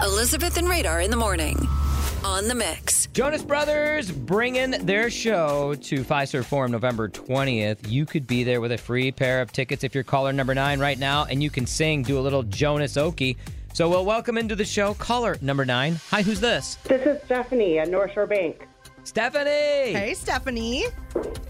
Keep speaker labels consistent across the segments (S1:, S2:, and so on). S1: Elizabeth and Radar in the morning on the mix.
S2: Jonas Brothers bringing their show to Pfizer Forum November 20th. You could be there with a free pair of tickets if you're caller number nine right now, and you can sing, do a little Jonas Oki. So we'll welcome into the show caller number nine. Hi, who's this?
S3: This is Stephanie at North Shore Bank.
S2: Stephanie.
S4: Hey, Stephanie.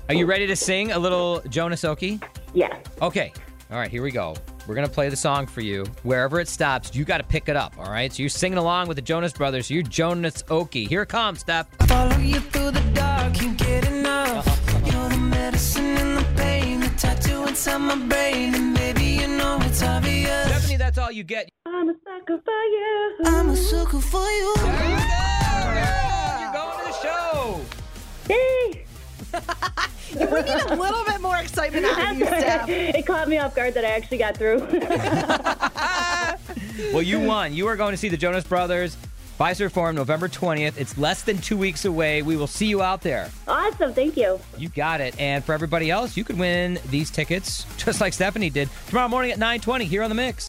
S2: Are you ready to sing a little Jonas Oki?
S3: Yeah.
S2: Okay. All right, here we go. We're going to play the song for you. Wherever it stops, you got to pick it up, all right? So you're singing along with the Jonas Brothers. So you're Jonas Oki. Here it comes, Steph.
S5: Follow you through the dark, you get enough. You're the medicine and the pain, the tattoo inside my brain, and baby, you know it's obvious.
S2: Stephanie, that's all you get.
S3: I'm a sucker for you.
S5: I'm a sucker for you.
S2: There you go. You're going to the show.
S3: Yay!
S4: We need a little bit more excitement out of you, Steph.
S3: it caught me off guard that I actually got through.
S2: Well, you won. You are going to see the Jonas Brothers Pfizer Forum November 20th. It's less than two weeks away. We will see you out there.
S3: awesome. Thank you.
S2: You got it. And for everybody else, you could win these tickets just like Stephanie did tomorrow morning at 920 here on The Mix.